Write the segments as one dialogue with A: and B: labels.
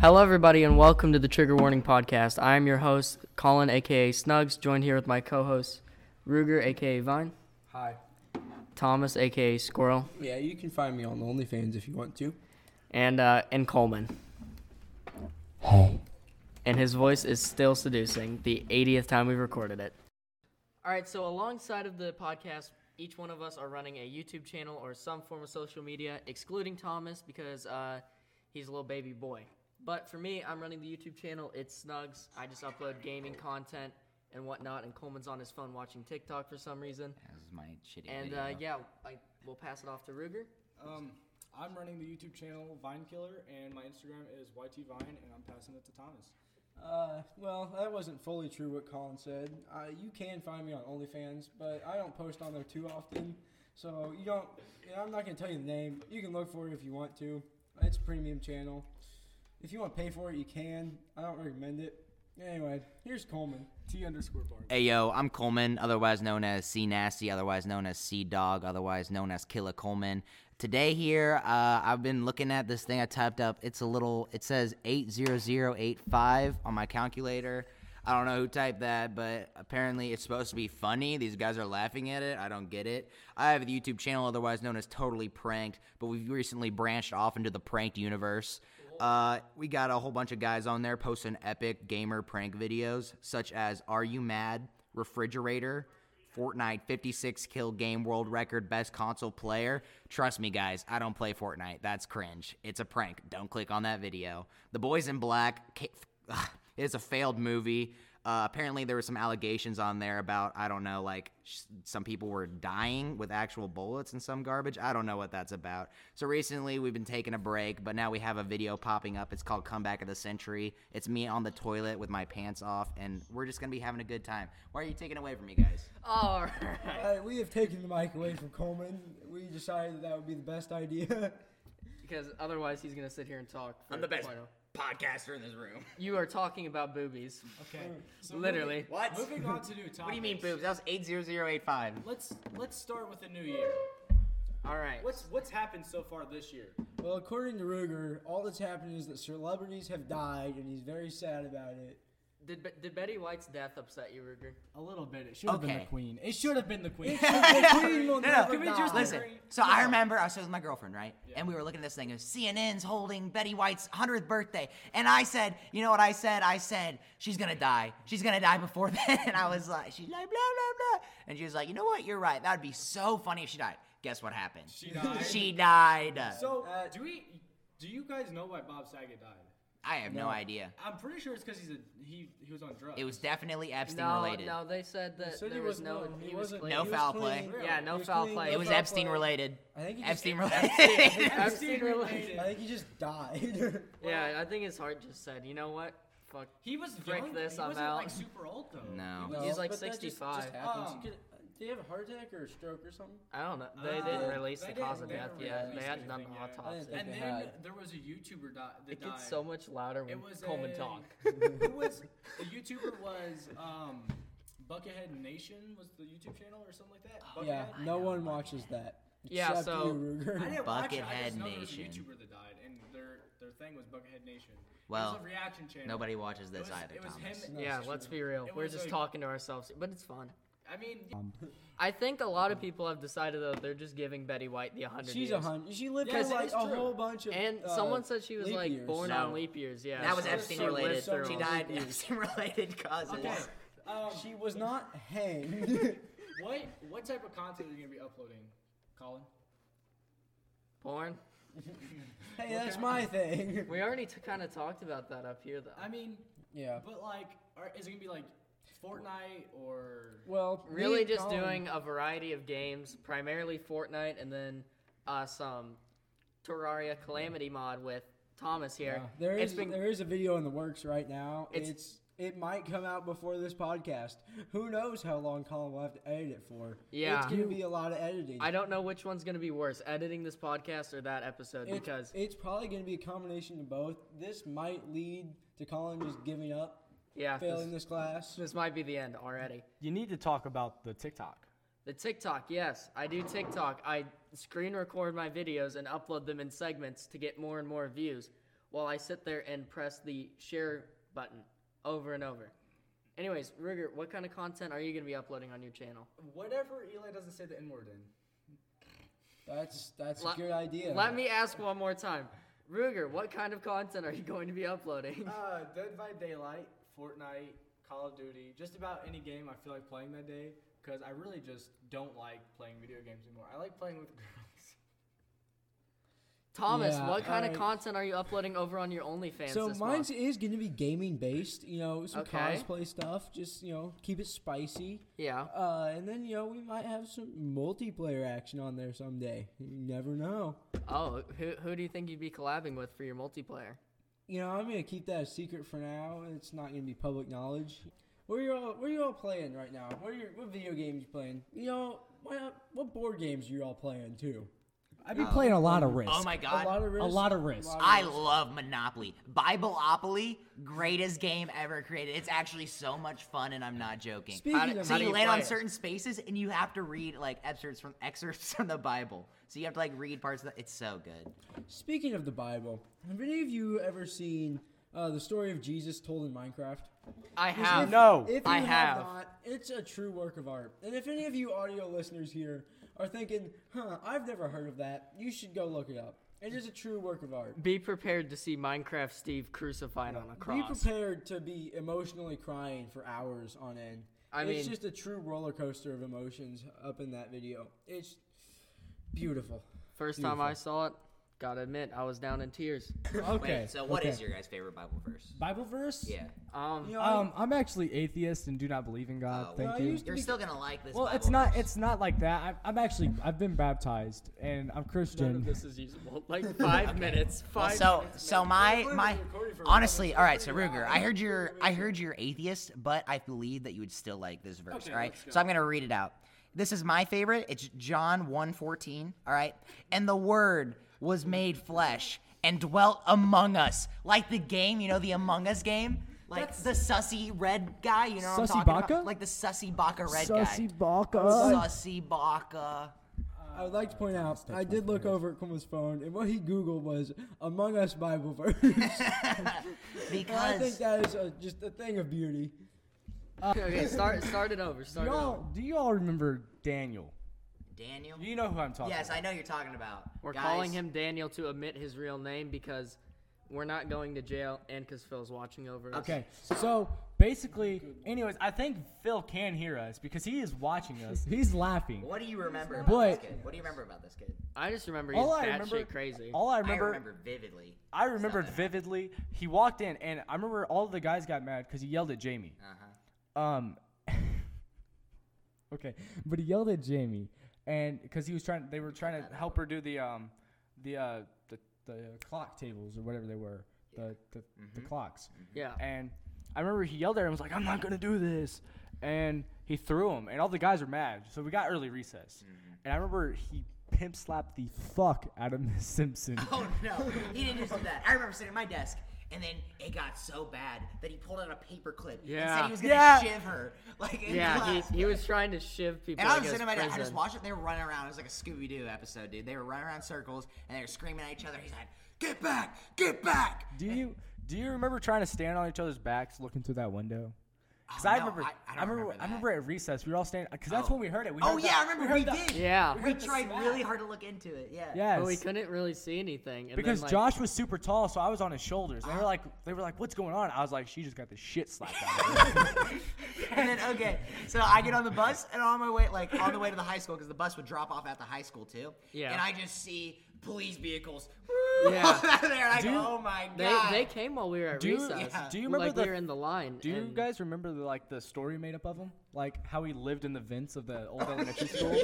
A: Hello, everybody, and welcome to the Trigger Warning Podcast. I am your host, Colin, aka Snugs, joined here with my co host, Ruger, aka Vine,
B: Hi.
A: Thomas, aka Squirrel,
B: Yeah, you can find me on OnlyFans if you want to.
A: and, uh, and Coleman. And his voice is still seducing, the 80th time we've recorded it. All right, so alongside of the podcast, each one of us are running a YouTube channel or some form of social media, excluding Thomas because uh, he's a little baby boy. But for me, I'm running the YouTube channel. It's Snugs. I just upload gaming content and whatnot, and Coleman's on his phone watching TikTok for some reason.
C: This is my shitty
A: And
C: video.
A: uh, yeah, I will pass it off to Ruger.
D: Um, I'm running the YouTube channel Vine Killer, and my Instagram is YTVine, and I'm passing it to Thomas.
B: Uh, well, that wasn't fully true what Colin said. Uh, you can find me on OnlyFans, but I don't post on there too often. So you don't. And I'm not gonna tell you the name. You can look for it if you want to. It's a premium channel. If you want to pay for it, you can. I don't recommend it. Anyway, here's Coleman.
D: T underscore bar.
C: Hey yo, I'm Coleman, otherwise known as C Nasty, otherwise known as C Dog, otherwise known as Killer Coleman. Today here, uh, I've been looking at this thing I typed up. It's a little. It says eight zero zero eight five on my calculator. I don't know who typed that, but apparently it's supposed to be funny. These guys are laughing at it. I don't get it. I have a YouTube channel, otherwise known as Totally Pranked, but we've recently branched off into the pranked universe. Uh, we got a whole bunch of guys on there posting epic gamer prank videos, such as Are You Mad? Refrigerator, Fortnite 56 kill game world record, best console player. Trust me, guys, I don't play Fortnite. That's cringe. It's a prank. Don't click on that video. The Boys in Black ca- is a failed movie. Uh, apparently, there were some allegations on there about, I don't know, like sh- some people were dying with actual bullets and some garbage. I don't know what that's about. So, recently we've been taking a break, but now we have a video popping up. It's called Comeback of the Century. It's me on the toilet with my pants off, and we're just going to be having a good time. Why are you taking it away from me, guys?
A: All
B: All
A: right.
B: right, we have taken the mic away from Coleman. We decided that would be the best idea.
A: Because otherwise, he's going to sit here and talk. For
C: I'm the best
A: quite a-
C: podcaster in this room.
A: You are talking about boobies.
D: Okay. So
A: Literally.
C: What?
D: Moving, moving on to new topics.
C: What do you mean, boobs? That was 80085.
D: Let's let's start with the new year.
A: All right.
D: What's what's happened so far this year?
B: Well, according to Ruger, all that's happened is that celebrities have died, and he's very sad about it.
A: Did, Be- did Betty White's death upset you, Ruger?
D: A little bit. It should have been
C: Okay.
D: the queen. It should have been the queen.
B: The queen will
C: No, no,
B: never
D: we
B: die.
D: just
C: Listen,
D: Agree.
C: so I remember I was with my girlfriend, right? And we were looking at this thing. It was CNN's holding Betty White's 100th birthday. And I said, you know what I said? I said, she's going to die. She's going to die before then. And I was like, she's like, blah, blah, blah. And she was like, you know what? You're right. That would be so funny if she died. Guess what happened? She
D: died.
C: she died.
D: So
B: Uh,
D: do we? Do you guys know why Bob Saget died?
C: I have no, idea.
D: I'm pretty sure it's because he's a he he was on drugs.
C: It was definitely Epstein
A: no,
C: related.
A: no, they said that
B: said
A: there
B: he
A: was
B: wasn't-
A: no.
B: he
A: He, was
B: wasn't-
A: clean.
B: he
C: No
B: was
C: foul
B: clean.
D: play.
A: Yeah, no
B: was
A: foul
B: clean.
A: play.
C: It was
B: foul
C: Epstein
B: play.
C: related.
B: I think he just-
C: Epstein related.
A: Epstein related.
B: I think he just died.
A: Yeah, I think his heart just said, you know what? Fuck.
D: He was
A: Frick
D: young.
A: this,
D: he
A: I'm
D: wasn't
A: out.
D: like super old though.
C: No.
D: He was-
A: No. He's like
B: but that just-
A: 65.
B: just happens.
D: Um,
B: Could- did he have a heart attack or a stroke or something?
A: I don't know. They
D: Uh,
A: didn't release
D: they
A: the cause of
D: didn't- they
A: death
D: didn't
A: yet.
D: release
A: They had
D: anything
A: none
D: yet.
A: autopsy.
B: I
D: And
B: they
D: then
B: had.
D: there was a YouTuber di- that
A: It
D: died.
A: gets so much louder when
D: It was
A: Coleman
D: a-
A: talk.
D: Who was the YouTuber was um, Buckethead Nation was the YouTube channel or something like that. Buckethead?
B: yeah,
C: I
B: no
C: know,
B: one
C: but-
B: watches that.
A: Yeah,
B: Except
A: so-
B: you, Ruger.
D: I didn't watch it. I
C: Buckethead
D: just know there was a
C: Nation.
D: YouTuber that died, and their their thing was Buckethead Nation. it
C: Well,
D: was a reaction channel.
C: Nobody watches
D: It
C: this
D: was-
C: either,
D: it was him
C: Thomas.
D: and-
A: yeah,
B: that's
A: let's be real.
D: It
A: We're
D: was
A: just
D: like-
A: talking to ourselves, but it's fun.
D: I mean,
A: I think a lot of people have decided though they're just giving Betty White the 100
B: She's a
A: years.
B: hundred. She lived
D: Yes,
B: through like
D: it's
B: a
D: true.
B: whole bunch of.
A: And
B: uh,
A: someone said she was
B: leap
A: like
B: years.
A: born
C: No.
A: on leap years. Yeah,
C: That was
A: so
C: Epstein
A: she lived
C: related.
A: through
B: so
C: She
A: all-
C: died
B: many years.
C: Epstein related causes.
D: okay. Um,
B: She was not hanged.
D: what what type of content are you gonna be uploading, Colin?
A: Porn.
B: hey, that's my thing.
A: We already t- kind of talked about that up here though.
D: I mean,
B: Yeah.
D: but like, are, is it gonna be like Fortnite or?
B: Well, me
A: really
B: and
A: just
B: Colin-
A: doing a variety of games, primarily Fortnite, and then uh, some Terraria Calamity mod with Thomas here.
B: Yeah, there
A: It's
B: is
A: been-
B: there is a video in the works right now.
A: It's-
B: It's, it might come out before this podcast. Who knows how long Colin will have to edit it for?
A: Yeah.
B: it's gonna be a lot of editing.
A: I don't know which one's gonna be worse, editing this podcast or that episode,
B: It's-
A: because
B: it's probably gonna be a combination of both. This might lead to Colin just giving up,
A: yeah,
B: failing
A: this,
B: this class.
A: this might be the end already.
E: You need to talk about the TikTok.
A: The TikTok, yes, I do TikTok. I screen record my videos and upload them in segments to get more and more views. while I sit there and press the share button over and over. Anyways, Ruger, what kind of content are you going to be uploading on your channel?
F: Whatever Eli doesn't say the N word in.
B: That's that's
A: Le-
B: a good idea.
A: Let me ask one more time. Ruger, what kind of content are you going to be uploading?
F: Uh, Dead by Daylight, Fortnite, Call of Duty, just about any game I feel like playing that day because I really just don't like playing video games anymore. I like playing with girls.
A: Thomas,
B: Yeah,
A: what kind of
B: alright.
A: content are you uploading over on your OnlyFans
B: So
A: this
B: mine's
A: month?
B: is going to be gaming based, you know, some
A: Okay.
B: cosplay stuff. Just you know, keep it spicy.
A: Yeah.
B: Uh, and then you know we might have some multiplayer action on there someday. You never know.
A: Oh, who, who do you think you'd be collabing with for your multiplayer?
B: You know I'm gonna keep that a secret for now. It's not gonna be public knowledge. Where you all Where you all playing right now? What are your What video games you playing? You know why not, What board games you all playing too?
G: I've been playing a lot of Risk.
C: Oh my god.
B: a lot of risk.
G: lot of Risk.
B: lot
C: I love Monopoly. Bibleopoly, greatest game ever created. It's actually so much fun, and I'm not joking.
B: Speaking
A: How do-
B: of
C: so
A: do
C: you
A: you
C: land
A: play
C: on
A: it?
C: certain spaces, and you have to read like excerpts from excerpts from the Bible. So you have to like read parts of the. It's so good.
B: Speaking of the Bible, have any of you ever seen uh, the story of Jesus told in Minecraft?
A: I have.
D: No.
B: If you
A: I
B: have.
A: have.
B: not, it's a true work of art. And if any of you audio listeners here are thinking, huh, I've never heard of that, you should go look it up. It is a true work of art.
A: Be prepared to see Minecraft Steve crucified on a
B: Be
A: cross.
B: prepared to be emotionally crying for hours on end.
A: I
B: it's
A: mean-
B: just a true roller coaster of emotions up in that video. It's beautiful.
A: First time I saw it, gotta admit, I was down in tears.
G: Okay.
C: Wait, so what is
G: okay.
C: your guys' favorite Bible verse?
G: Bible verse?
C: Yeah.
A: Um,
B: You know,
D: Um, I'm actually atheist and do not believe in God.
C: Oh,
D: Thank
B: well, I
D: you.
B: used to
C: You're
B: be-
C: still gonna like this.
G: Well,
C: Bible
G: it's not.
C: verse.
G: It's not like that. I'm, I'm actually. I've been baptized and I'm
A: none of
G: Christian.
A: this is usable. Like five minutes.
C: Well,
A: Five.
C: so so my my honestly, all right. So Ruger, I heard you're I heard you're atheist, but I believe that you would still like this verse. all right, so I'm gonna read it out. This is my favorite. It's John 1:14. All right, and the Word was made flesh and dwelt among us, like the game, you know, the Among Us game. Like the sussy red guy, you know what I'm
G: Sussy
C: talking
G: Baka?
C: about? Like the sussy baka red guy.
G: Baka.
C: Sussy baka.
B: I would like to point out, I did look over at Kuma's phone, and what he Googled was Among Us Bible verse. And I think
C: Because
B: that is a, just a thing of beauty.
A: okay, start start it over. Start it over.
D: Y'all, do you all remember Daniel?
C: Daniel.
D: You know who I'm talking
C: Yes,
D: about.
C: I know you're talking about.
A: We're
C: Guys,
A: calling him Daniel to omit his real name because we're not going to jail and because Phil's watching over us.
D: Okay, so basically, anyways, I think Phil can hear us because he is watching us. He's laughing.
C: What do you remember about
D: But-
C: this kid? What do you remember about this kid?
A: I just remember he's
D: All I
A: batshit
D: remember,
A: crazy.
D: all I
C: I
D: remember,
C: remember vividly.
D: I remember vividly. He walked in, and I remember all the guys got mad because he yelled at Jamie. Um. okay, but he yelled at Jamie, and because he was trying, they were trying to help her do the um, the uh, the, the clock tables or whatever they were, the the, the clocks.
A: Yeah.
D: And I remember he yelled at her and was like, "I'm not gonna do this," and he threw him, and all the guys were mad. So we got early recess, and I remember he pimp slapped the fuck out of Miss Simpson.
C: Oh no, he didn't just do that. I remember sitting at my desk, and then it got so bad that he pulled out a paper clip and said
A: Yeah.
C: he was gonna
D: Yeah.
C: shiv her. Like in
A: Yeah,
C: class.
A: he, he was trying to shiv people.
C: and I
A: like
C: was
A: it
C: sitting at my desk. I just
A: prison.
C: watched it. They were running around. It was like a Scooby Doo episode, dude. They were running around in circles and they were screaming at each other. He's like, "Get back! Get back!" Oh,
D: Do you do you remember trying to stand on each other's backs, looking through that window? Because
C: Oh,
D: I
C: no,
D: remember,
C: I- I don't
D: remember,
C: remember
D: I
C: that.
D: remember at recess we were all standing. Because that's
C: Oh.
D: when we heard it. We
C: oh
D: heard
C: yeah,
D: that-
C: I remember
D: heard
C: we,
D: that-
C: did.
A: Yeah.
C: we tried really hard to look into it. Yeah.
D: Yes.
A: But we couldn't really see anything. And
D: because
A: then, like,
D: Josh was super tall, so I was on his shoulders.
C: Ah.
D: They were like, they were like, "What's going on?" I was like, "She just got the shit slapped out of her."
C: and then okay, so I get on the bus and on my way, like on the way to the high school, because the bus would drop off at the high school too.
A: Yeah.
C: And I just see police vehicles.
A: Yeah.
C: out there, and I
D: Do-
C: go, oh my
A: They,
C: god.
A: they came while we were at
D: Do you-
A: recess.
C: yeah.
D: do you remember
A: like
D: the-
A: we were in the line?
D: Do you
A: and-
D: guys remember the, like the story made up of him? Like how he lived in the vents of the old elementary school.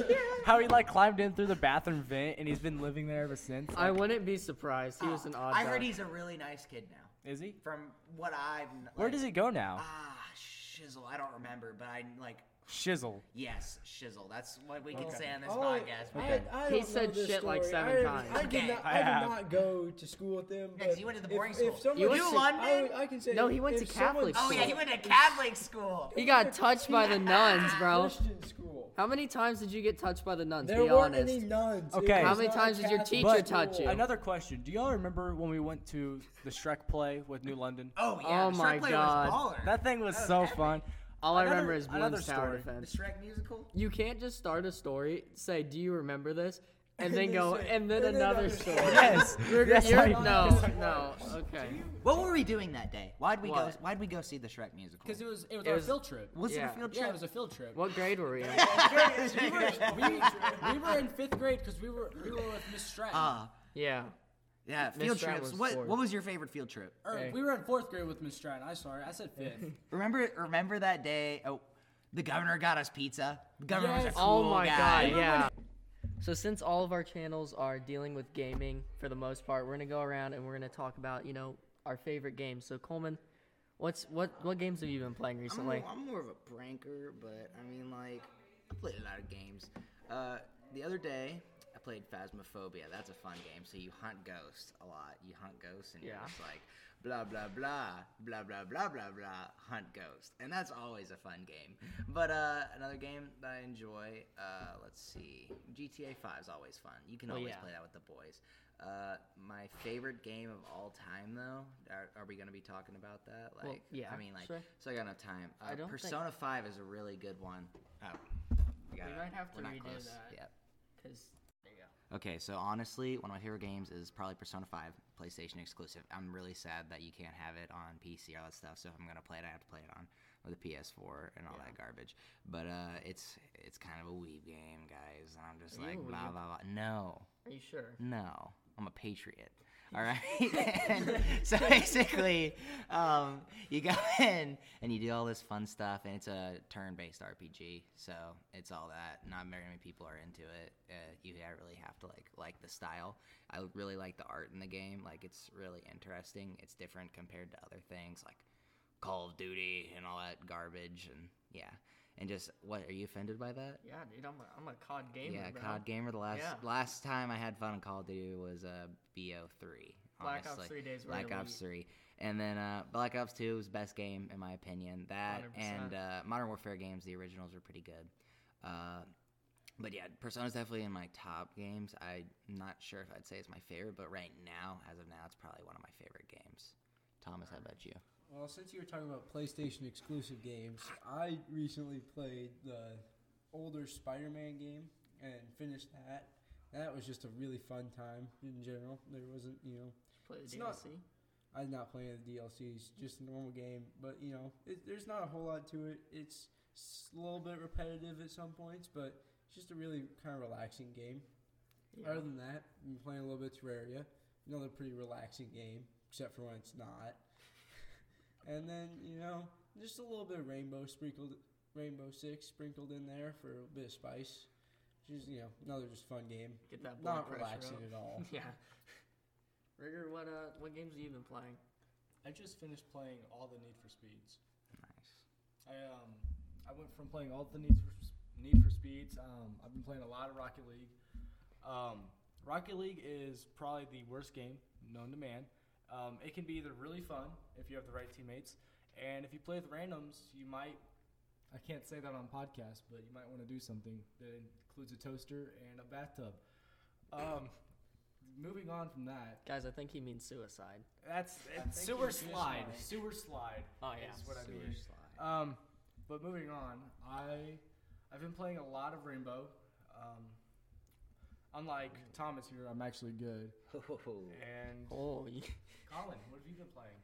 D: How he like climbed in through the bathroom vent, and he's been living there ever since.
A: I wouldn't be surprised. He was an odd.
C: I
A: duck.
C: heard he's a really nice kid now.
D: Is he?
C: From what I've.
D: Where
C: like-
D: does he go now?
C: Ah, shizzle. I don't remember, but I like.
D: Shizzle.
C: Yes, shizzle. That's what we can say on this
B: Oh,
C: podcast.
B: I-
C: man.
B: I
A: He
B: don't know
A: said
B: this
A: shit like
B: story.
A: seven
B: I-
A: times.
B: I did
C: Okay.
B: not,
D: I
B: I did
D: have.
B: not go to school with them.
C: Yeah, 'cause
B: but
C: you went to the
B: if-
C: boarding
B: if
C: school.
B: someone
A: You went
B: said-
A: to-
B: I, would- I can say
A: No, he went
B: if
A: to
B: someone
A: Catholic
C: Oh yeah,
B: said
C: he went to Catholic school.
A: He got touched by the nuns, bro.
B: Christian school.
A: How many times did you get touched by the nuns?
B: There
A: be
B: weren't
A: honest.
B: any nuns. It
E: Okay.
B: was
E: How
A: many
B: not a
A: times did your
B: Catholic
A: teacher
B: school.
A: touch you?
E: Another question. Do y'all remember when we went to the Shrek play with New London?
C: Oh yeah,
A: Oh
C: the Shrek
A: my
C: play
A: God.
C: was baller.
E: That thing was so fun.
A: All I
E: Another-
A: remember is
E: another
A: Bloom's Tower
E: story.
C: the
A: Defense.
C: Shrek musical.
A: You can't just start a story, say, "Do you remember this?" and then
B: they
A: go,
B: say,
A: and then
B: "And then
A: another
B: another
A: story.
E: Yes.
A: You're,
E: Yes,
A: you're-
E: I-
A: no, no, okay.
C: What were we doing that day? Why'd we
A: What?
C: go? Why'd we go see the Shrek musical?
D: Because it was it was
A: It
D: our
A: was-
D: field trip.
C: was it
A: Yeah.
C: a field
D: Yeah, it
C: trip?
D: was a field trip.
A: What grade were we in?
D: we, were, we, we were in fifth grade because we were we were with Miss Stratton.
A: Uh,
C: Ah,
A: Yeah.
C: yeah,
A: Miss
C: field
A: Stratton
C: trips.
A: was
C: What
A: fourth.
C: What was your favorite field trip?
D: or,
A: okay.
D: We were in fourth grade with Miss Stratton. I'm sorry, I said fifth.
C: Remember Remember that day? Oh, the governor got us pizza. The governor was
D: Yes.
C: a
A: Oh
C: cool
A: my
C: guy.
A: god, yeah. So since all of our channels are dealing with gaming for the most part, we're gonna go around and we're gonna talk about you know our favorite games. So Coleman, what's what what games have you been playing
C: I'm,
A: recently?
C: more- I'm more of a pranker, but I mean, like, I played a lot of games. Uh, the other day, I played Phasmophobia. That's a fun game. So you hunt ghosts a lot. You hunt ghosts, and
A: Yeah.
C: you're just like, blah, blah, blah, blah, blah, blah, blah, blah, hunt ghosts. And that's always a fun game. But uh, another game that I enjoy, uh, let's see, GTA 5 is always fun. You can
A: Well,
C: always
A: Oh, yeah.
C: play that with the boys. Uh, my favorite game of all time, though. Are, are we going to be talking about that? Like,
A: Well, yeah,
C: I mean, like,
A: sure.
C: so I got enough time. Uh,
A: don't think-
C: Persona 5 is a really good one. Oh. We, gotta-
A: might have to
C: we're not
A: redo
C: close.
A: that.
C: Yep.
A: 'Cause- there you go.
C: Okay, so honestly, one of my favorite games is probably Persona 5, PlayStation exclusive. I'm really sad that you can't have it on PC or all that stuff. So if I'm gonna play it, I have to play it on with the PS4 and all that garbage. But uh, it's it's kind of a weeb game, guys, and I'm just like blah blah blah. No,
A: Are you sure?
C: no, I'm a patriot. All right. And so basically, um, you go in and you do all this fun stuff, and it's a turn-based RPG. So it's all that. Not very many people are into it. Uh, you really have to like like the style. I really like the art in the game. Like it's really interesting. It's different compared to other things like Call of Duty and all that garbage. And yeah, and just what are you offended by that?
A: Yeah, dude, I'm a, I'm a COD gamer.
C: Yeah,
A: bro.
C: COD gamer. The last
A: Yeah.
C: last time I had fun in Call of Duty was uh, BO3.
A: Black Ops
C: honestly.
A: 3 days were
C: Black Ops 3, and then uh, Black Ops 2 was best game in my opinion. That
A: 100%.
C: and uh, Modern Warfare games, the originals were pretty good. Uh, but yeah, Persona's definitely in my top games. I'm not sure if I'd say it's my favorite, but right now, as of now, it's probably one of my favorite games. Thomas, how about you?
B: Well, since you were talking about PlayStation exclusive games, I recently played the older Spider-Man game and finished that. That was just a really fun time in general. There wasn't, you know,
A: Play the
B: It's
A: DLC.
B: not- I did not play any of the DLCs, just a normal game. But you know, it, there's not a whole lot to it. It's s- a little bit repetitive at some points, but it's just a really kind of relaxing game.
A: Yeah.
B: Other than that, I've been playing a little bit of Terraria, another pretty relaxing game, except for when it's not. and then you know, just a little bit of Rainbow sprinkled, Rainbow Six sprinkled in there for a bit of spice. Just you know, another just fun game.
A: Get that blood
B: Not
A: pressure
B: relaxing
A: up.
B: at all.
A: yeah. Rigger, what uh, what games have you been playing?
D: I just finished playing all the Need for Speeds.
C: Nice.
D: I um I went from playing all the Need for Need for Speeds. Um, I've been playing a lot of Rocket League. Um, Rocket League is probably the worst game known to man. Um, it can be either really fun if you have the right teammates, and if you play with randoms, you might. I can't say that on podcast, but you might want to do something that includes a toaster and a bathtub. Um, moving on from that,
A: Guys, I think he means suicide.
D: that's it's
B: think
D: sewer
B: you just
D: slide.
B: might.
D: Sewer slide.
A: Oh, yeah.
D: is what I
C: Sewer
D: mean.
C: slide.
D: Um, but moving on, I I've been playing a lot of Rainbow. Um, unlike Thomas here, I'm actually good. And
A: Oh, you-
D: Colin, what have you been playing?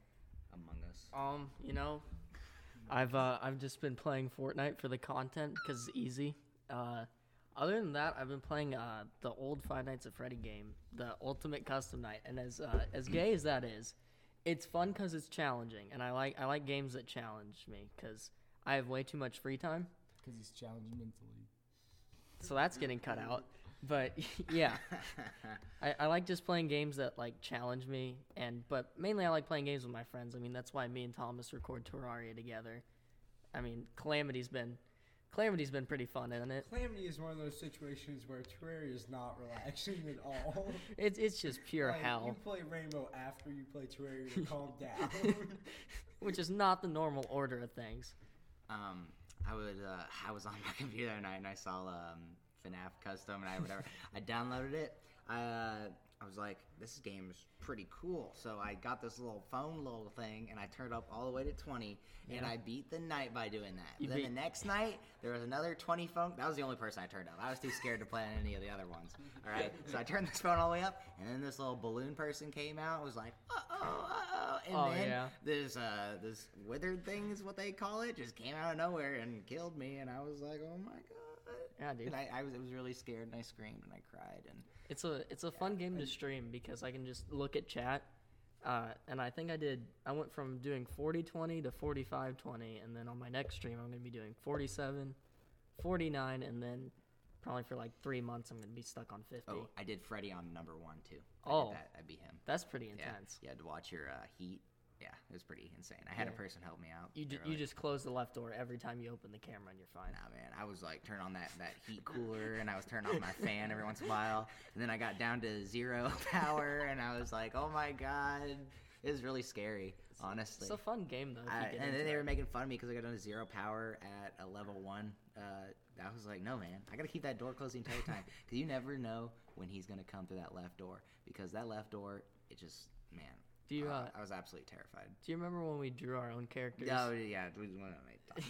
C: Among Us.
A: um, you know, I've uh, I've just been playing Fortnite for the content because it's easy. Uh, other than that, I've been playing uh, the old Five Nights at Freddy game, the Ultimate Custom Night, and as uh, as gay as that is, it's fun because it's challenging, and I like I like games that challenge me because I have way too much free time.
D: Because he's challenged mentally.
A: so that's getting cut out. But yeah, I, I like just playing games that like challenge me, and but mainly I like playing games with my friends. I mean, that's why me and Thomas record Terraria together. I mean, Calamity's been Calamity's been pretty fun, isn't it?
B: Calamity is one of those situations where Terraria is not relaxing at all.
A: It's it's just pure
B: Like, Oh, You
A: hell,
B: play Rainbow after you play Terraria to calm down.
A: which is not the normal order of things.
C: Um, I would. Uh, I was on my computer the other night and I saw um, FNAF Custom and I whatever. I downloaded it. I uh, I was like, this game is pretty cool. So I got this little phone little thing and I turned up all the way to twenty and I beat the night by doing that. then the
A: beat-
C: next night there was another twenty phone. That was the only person I turned up. I was too scared to play on any of the other ones. All right. So I turned this phone all the way up and then this little balloon person came out. and was like, uh oh, uh oh, and
A: Oh,
C: then
A: yeah.
C: this uh this withered thing is what they call it just came out of nowhere and killed me and I was like oh my god
A: Yeah, dude.
C: and I, I was I was really scared and I screamed and I cried and
A: It's a it's a fun game to stream because I can just look at chat. Uh, and I think I did. I went from doing 40 20 to 45 20, and then on my next stream, I'm going to be doing 47, 49, and then probably for like three months, I'm going to be stuck on 50.
C: oh I did Freddy on number one too I
A: Oh.
C: did that I beat him
A: That's pretty
C: yeah
A: intense.
C: you had to watch your uh, heat yeah it was pretty insane I had a
A: Yeah.
C: person help me out
A: You,
C: They
A: ju-
C: were
A: you
C: like,
A: just close the left door every time you open the camera, and you're fine.
C: Nah, man. I was like, turn on that, that heat cooler, and I was turning off my fan every once in a while. And then I got down to zero power, and I was like, oh my god, it was really scary, honestly.
A: It's a fun game, though. If
C: I,
A: you get
C: and then
A: into
C: they were
A: it.
C: making fun of me because I got down to zero power at a level one. Uh, I was like, no, man, I got to keep that door closed the entire time because you never know when he's going to come through that left door because that left door, it just, man.
A: Do you, uh,
C: I was absolutely terrified.
A: Do you remember when we drew our own characters?
C: No, yeah, we don't wanna talk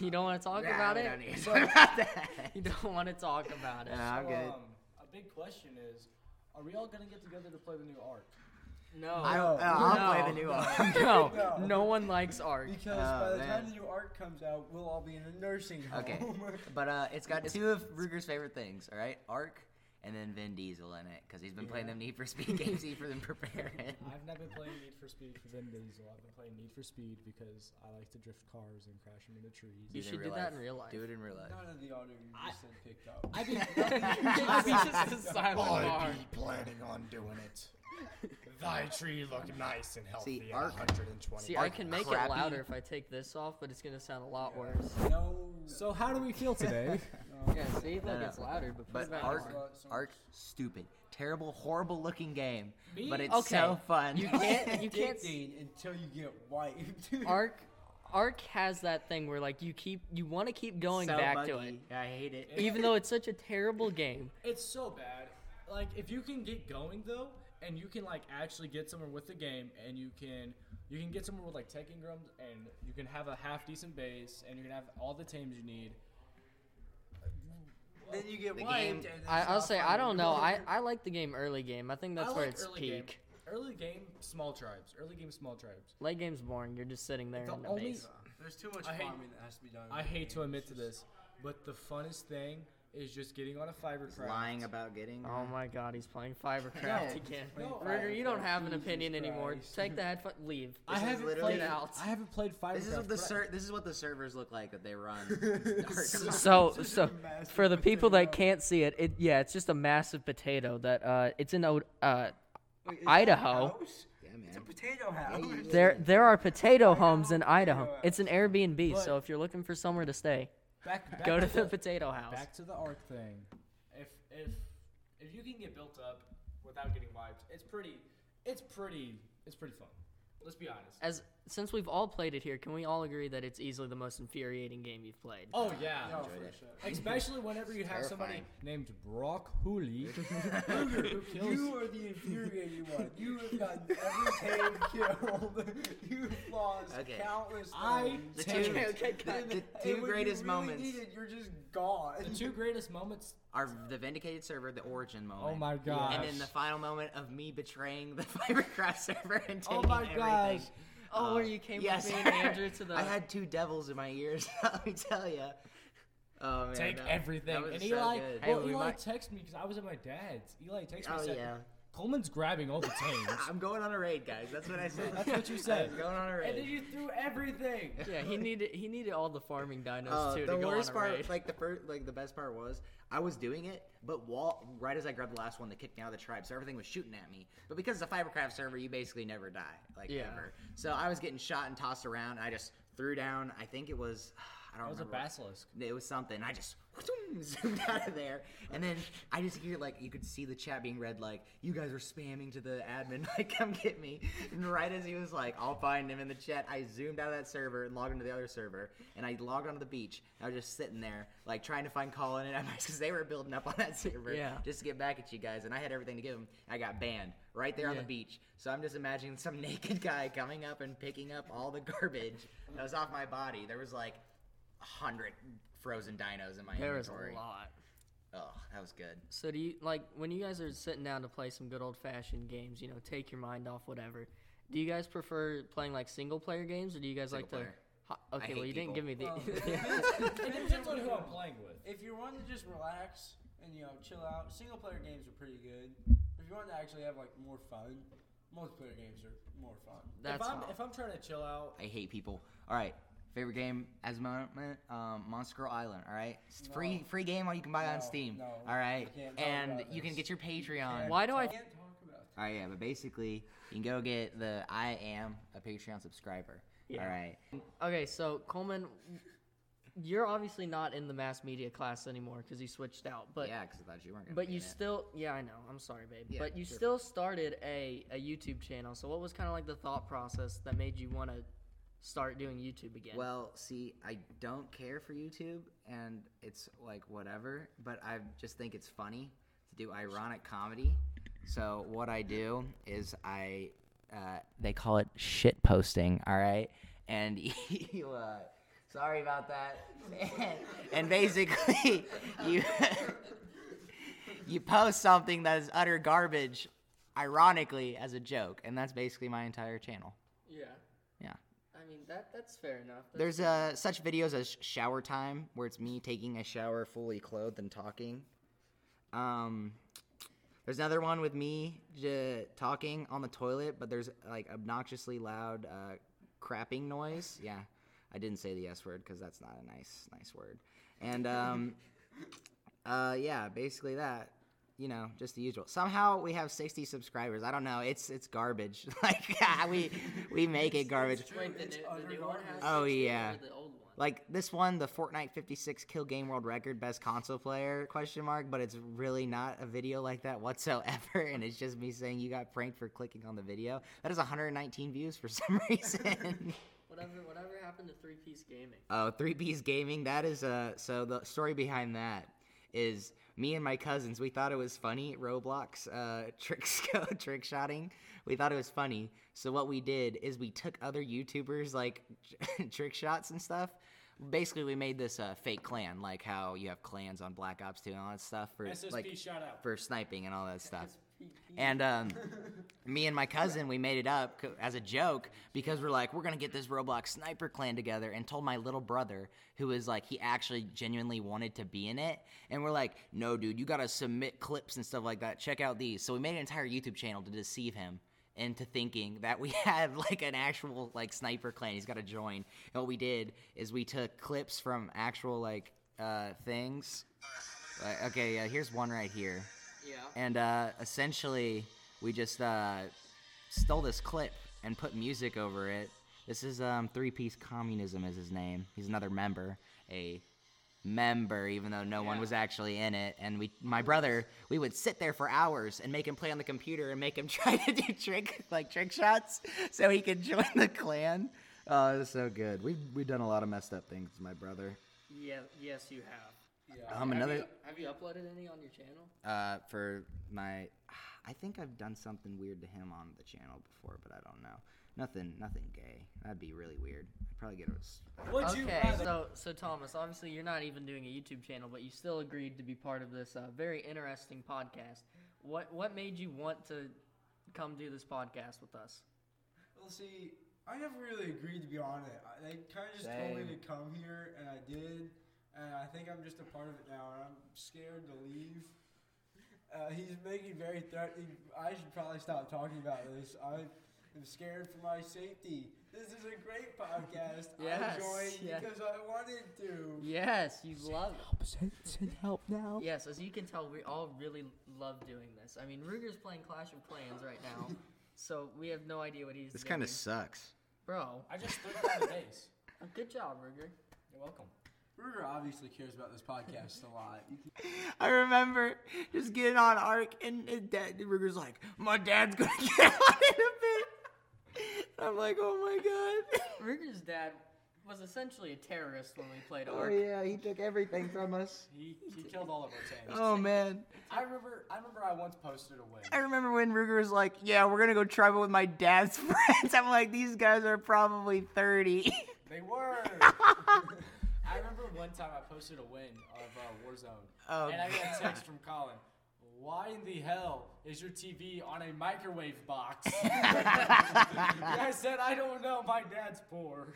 A: You don't want to talk
C: Nah,
A: about
C: we
A: it?
C: don't need to talk about that.
A: You don't want to talk about it.
C: Nah, I'm
D: So,
C: good.
D: Um, a big question is, are we all gonna get together to play the new arc?
A: No.
C: I, uh, I'll play the new one.
A: no,
B: No.
A: no one likes Ark.
B: Because
C: Oh,
B: by the
C: man.
B: time the new art comes out, we'll all be in a nursing home.
C: Okay, but uh, it's got two of Ruger's favorite things. All right, Arc, and then Vin Diesel in it because he's been playing them Need for Speed games. He for them preparing.
D: I've not been playing Need for Speed for Vin Diesel. I've been playing Need for Speed because I like to drift cars and crash them into trees.
A: You
C: it in
A: should do
C: real
A: that in real life.
C: Do it in real life.
B: None of the audio you just said picked up.
D: I mean,
A: It'd be just a silent bar.
H: be planning on doing it. Thy tree looked nice and healthy
C: See,
H: at
C: Ark-
H: 120.
A: See, I
C: Ark
A: can make it
C: crappy.
A: louder if I take this off, but it's gonna sound a lot worse.
B: No.
I: So how do we feel today?
A: Yeah, see, look,
C: no.
A: it's louder, but,
C: But
A: put it
C: Ark,
A: back on.
B: Well, so-
C: Ark, stupid, terrible, horrible looking game. But it's
A: Okay.
C: so fun.
A: you can't, you can't. s-
B: Addicting until you get wiped.
A: Ark, Ark has that thing where like you keep, you want to keep going
C: So
A: back to it,
C: buggy. I hate it.
A: even though it's such a terrible game.
D: it's so bad. Like, if you can get going though, and you can like actually get somewhere with the game, and you can you can get somewhere with like tech ingrams, and you can have a half decent base, and you can have all the tames you need.
B: then you get
C: The
B: wiped.
C: game-
B: and then
A: I, I'll
B: stop
A: say,
B: playing
A: I
B: the
A: don't know.
B: game.
A: I, I like the game early game. I think that's
D: I
A: where
D: like
A: it's
D: early
A: peak.
D: game. Early game, small tribes. Early game, small tribes.
A: Late game's boring. You're just sitting there
D: The
A: in the
D: only-
A: base.
B: There's too much
D: I hate-
B: farming that has to be done.
D: I hate to admit to this, but the funnest thing is just getting on a fiber craft.
C: Lying about getting.
A: Oh my god, he's playing Fivercraft again.
D: No,
A: Ruger, you don't have an opinion anymore.
B: Christ.
A: Take the headphone, leave.
D: I
C: This is
D: haven't
C: literally-
D: played
A: Get out.
D: I haven't played fiber.
C: This is what the ser- This is what the servers look like that they run. in Ark.
A: So, so
B: massive
A: for the people that
B: potato.
A: can't see it, it yeah, it's just a massive potato that uh, it's in O- uh,
B: Wait, is that a
A: Idaho.
B: house?
C: yeah,
B: It's a
C: man.
B: potato house.
A: There, there are potato homes in Idaho. It's an Airbnb, so if you're looking for somewhere to stay,
D: back, back
A: go to the potato house.
D: back to the arc thing. If if if you can get built up without getting wiped, it's pretty. It's pretty. It's pretty fun. Let's be honest.
A: As since we've all played it here, can we all agree that it's easily the most infuriating game you've played?
D: Oh yeah.
B: Oh, for sure.
D: Especially whenever you have somebody
C: Terrifying.
D: named Brock Hooley.
B: You are the infuriating one. You have gotten every tame killed. You've lost
C: Okay.
B: countless.
D: I
B: limbs.
C: The two,
D: Okay,
C: the
B: And
C: two
B: when
C: greatest
B: you really
C: moments
B: Need it, you're just gone.
D: the two greatest moments.
C: are the vindicated server, the origin moment.
D: Oh my gosh.
C: And then the final moment of me betraying the Fibercraft server and taking
D: Oh my
C: everything.
D: gosh.
A: Oh,
C: Uh,
A: where you came
C: yes,
A: with me and Andrew to the.
C: I had two devils in my ears. Let me tell you. Oh man.
D: Take
C: that-
D: everything.
C: That was
D: and
C: so
D: Eli,
C: good.
D: well,
A: Hey, we
D: Eli
A: might-
D: texted me because I was at my dad's. Eli texted me.
C: Oh,
D: said,
C: yeah.
D: Coleman's grabbing all the tames.
C: I'm going on a raid, guys. That's what I said.
D: That's what you
C: I'm
D: said.
C: going on a raid.
D: And then you threw everything.
A: yeah, he needed he needed all the farming dinos
C: Uh,
A: too
C: the
A: to go
C: worst
A: on a
C: part,
A: raid.
C: like the first, like the best part was I was doing it, but wall right as I grabbed the last one, they kicked me out of the tribe, so everything was shooting at me. But because it's a fibercraft server, you basically never die, like
A: Yeah.
C: ever. So I was getting shot and tossed around. And I just threw down. I think it was, I don't
H: That was a
C: remember. what-
H: basilisk.
C: it was something. I just zoomed out of there, and then I just hear like you could see the chat being read like you guys are spamming to the admin like come get me. And right as he was like I'll find him in the chat, I zoomed out of that server and logged into the other server, and I logged onto the beach. And I was just sitting there like trying to find Colin and Emma because they were building up on that server
A: Yeah.
C: just to get back at you guys, and I had everything to give them. I got banned right there on the
A: Yeah.
C: beach. So I'm just imagining some naked guy coming up and picking up all the garbage that was off my body. There was like a hundred frozen dinos in my
A: There is
C: inventory.
A: a lot.
C: Oh, that was good.
A: So do you like when you guys are sitting down to play some good old fashioned games? You know, take your mind off whatever. Do you guys prefer playing like single player games, or do you guys like
C: Single player.
A: to? Ho- okay,
C: hate
A: well you didn't give me the.
D: It depends on who I'm playing with.
B: If you want to just relax and you know chill out, single player games are pretty good. If you want to actually have like more fun, multiplayer games are more fun.
A: That's
D: if I'm
A: fine.
D: if I'm trying to chill out,
C: I hate people. All right, favorite game as a moment, um, Monster Girl Island. All right, it's free free game you can buy on
B: No,
C: Steam.
B: no,
C: all right,
B: we can't talk
C: and
B: about
C: you can
B: this.
C: get your Patreon.
A: Why do I?
B: Can't talk about
C: All right, yeah, but basically you can go get the I am a Patreon subscriber. All right.
A: Okay, so Coleman, you're obviously not in the mass media class anymore because you switched out. But
C: yeah, because I thought you weren't gonna.
A: But
C: be
A: you
C: in it.
A: still, yeah, I know. I'm sorry, babe.
C: Yeah,
A: but you
C: sure.
A: still started a, a YouTube channel. So what was kind of like the thought process that made you want to start doing YouTube again?
C: Well, see, I don't care for YouTube, and it's like whatever. But I just think it's funny to do ironic comedy. So what I do is I, uh, they call it shit posting. All right, and you, uh, sorry about that. And, and basically, you you post something that is utter garbage, ironically as a joke, and that's basically my entire channel.
A: yeah,
C: Yeah.
A: I mean that that's fair enough.
C: There's uh, such videos as shower time, where it's me taking a shower fully clothed and talking. Um, there's another one with me j- talking on the toilet, but there's like obnoxiously loud uh, crapping noise. Yeah, I didn't say the S word because that's not a nice nice word. And um, uh, yeah, basically that. You know, just the usual. Somehow we have 60 subscribers. I don't know. It's it's garbage. like we we make it garbage.
A: Wait, the, new, the new one has 60
C: Oh,
A: or
C: yeah.
A: the old one.
C: Like this one, the Fortnite 56 kill game world record, best console player question mark, but it's really not a video like that whatsoever, and it's just me saying you got pranked for clicking on the video. That is 119 views for some reason.
A: Whatever whatever happened to three piece gaming?
C: Oh, Three B's Gaming. That is uh. So the story behind that is me and my cousins. We thought it was funny Roblox uh, trick sco- trick shotting. We thought it was funny. So what we did is we took other YouTubers like trick shots and stuff. Basically, we made this uh, fake clan, like how you have clans on Black Ops 2 and all that stuff for
H: SSP
C: like
H: shout out.
C: for sniping and all that stuff. And um, me and my cousin, we made it up co- as a joke because we're like, we're gonna get this Roblox sniper clan together, and told my little brother, who was like, he actually genuinely wanted to be in it, and we're like, no, dude, you gotta submit clips and stuff like that. Check out these. So we made an entire YouTube channel to deceive him into thinking that we had like an actual like sniper clan. He's got to join. And what we did is we took clips from actual like uh, things. Like, okay, yeah, here's one right here
A: Yeah.
C: and uh, essentially we just uh, stole this clip and put music over it. This is um, Three Piece Communism is his name. He's another member, a member, even though no one was actually in it. And we, my brother, we would sit there for hours and make him play on the computer and make him try to do trick like trick shots so he could join the clan. Oh, it was so good. We've we've done a lot of messed up things, my brother.
A: Yeah. Yes, you have.
C: Um, another.
A: Have you uploaded any on your channel?
C: uh, for my. I think I've done something weird to him on the channel before, but I don't know. Nothing, nothing gay. That'd be really weird. I'd probably get a. s-
D: would you
A: Okay,
D: rather?
A: so so Thomas, obviously you're not even doing a YouTube channel, but you still agreed to be part of this uh, very interesting podcast. What what made you want to come do this podcast with us?
B: Well, see, I never really agreed to be on it. I, they kind of just told me
C: Same.
B: to come here, and I did. And I think I'm just a part of it now, and I'm scared to leave. Uh, he's making very threatening. I should probably stop talking about this. I am scared for my safety. This is a great podcast.
A: Yes,
B: I joined
A: yeah.
B: because I wanted to.
A: Yes, you love it.
I: Send, send help now.
A: Yes, as you can tell, we all really love doing this. I mean, Ruger's playing Clash of Clans right now, so we have no idea what he's
C: This
A: doing.
C: kind of sucks.
A: bro.
H: I just threw it on the base.
A: Good job, Ruger.
H: You're welcome.
B: Ruger obviously cares about this podcast a lot.
C: I remember just getting on arc and, and dad, Ruger's like, my dad's gonna get on in a bit. And I'm like, oh my god.
A: Ruger's dad was essentially a terrorist when we played
C: Oh
A: Ark.
C: yeah, he took everything from us.
D: He, he killed all of our tanks.
C: Oh man.
D: I remember I remember I once posted a win.
C: I remember when Ruger was like, yeah, we're gonna go tribal with my dad's friends. I'm like, these guys are probably 30.
D: They were. I remember one time I posted a win of uh, Warzone,
C: Oh,
D: and I got a text from Colin. Why in the hell is your TV on a microwave box? And I said I don't know. My dad's poor.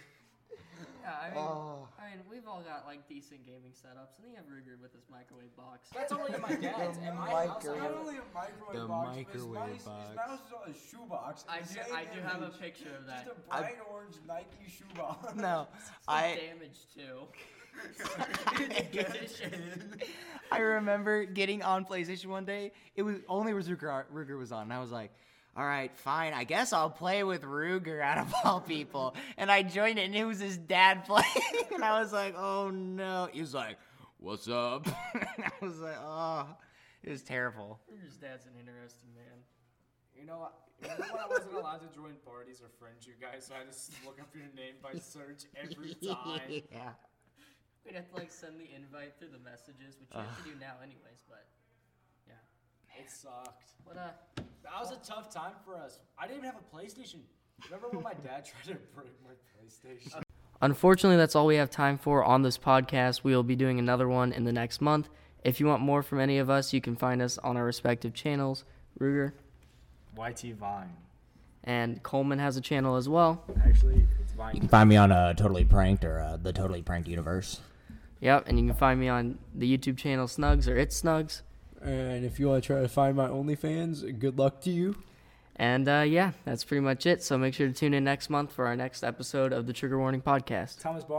A: Yeah, I mean,
C: Oh.
A: I mean, we've all got like decent gaming setups, and you have Ruger with his microwave box.
D: That's only in my dad's. At my house, I
B: Not
D: have
B: only a microwave
C: The
B: box,
C: microwave
B: but his, mouse-
C: box.
B: his mouse is on a shoebox.
A: I
B: the
A: do,
B: same
A: I do have a
B: image.
A: picture of
B: Just
A: that.
B: a bright orange Nike shoebox.
C: no.
A: Some
C: I.
A: damage too. Condition.
C: I remember getting on PlayStation one day. It was only was Ruger, Ruger was on, and I was like, "All right, fine. I guess I'll play with Ruger out of all people." and I joined it, and it was his dad playing, and I was like, "Oh no!" He was like, "What's up?" and I was like, "Oh." It was terrible.
A: Ruger's dad's an interesting man.
D: You know, I- you know when I wasn't allowed to join parties or friends you guys, so I just look up your name by search every time.
C: yeah.
A: We'd have to like send the invite through the messages, which you have to do now anyways. But
D: It sucked.
A: what uh,
D: That was a tough time for us. I didn't even have a PlayStation. Remember when my dad tried to break my PlayStation?
A: Unfortunately, that's all we have time for on this podcast. We will be doing another one in the next month. If you want more from any of us, you can find us on our respective channels. Ruger
H: YT Vine.
A: and Coleman has a channel as well.
H: Actually, it's Vine.
C: You can find me on uh, Totally Pranked or uh, the Totally Pranked Universe.
A: Yep, and you can find me on the YouTube channel Snugs or It's Snugs.
B: And if you want to try to find my OnlyFans, good luck to you.
A: And uh, yeah, that's pretty much it. So make sure to tune in next month for our next episode of the Trigger Warning Podcast.
D: Thomas Bar.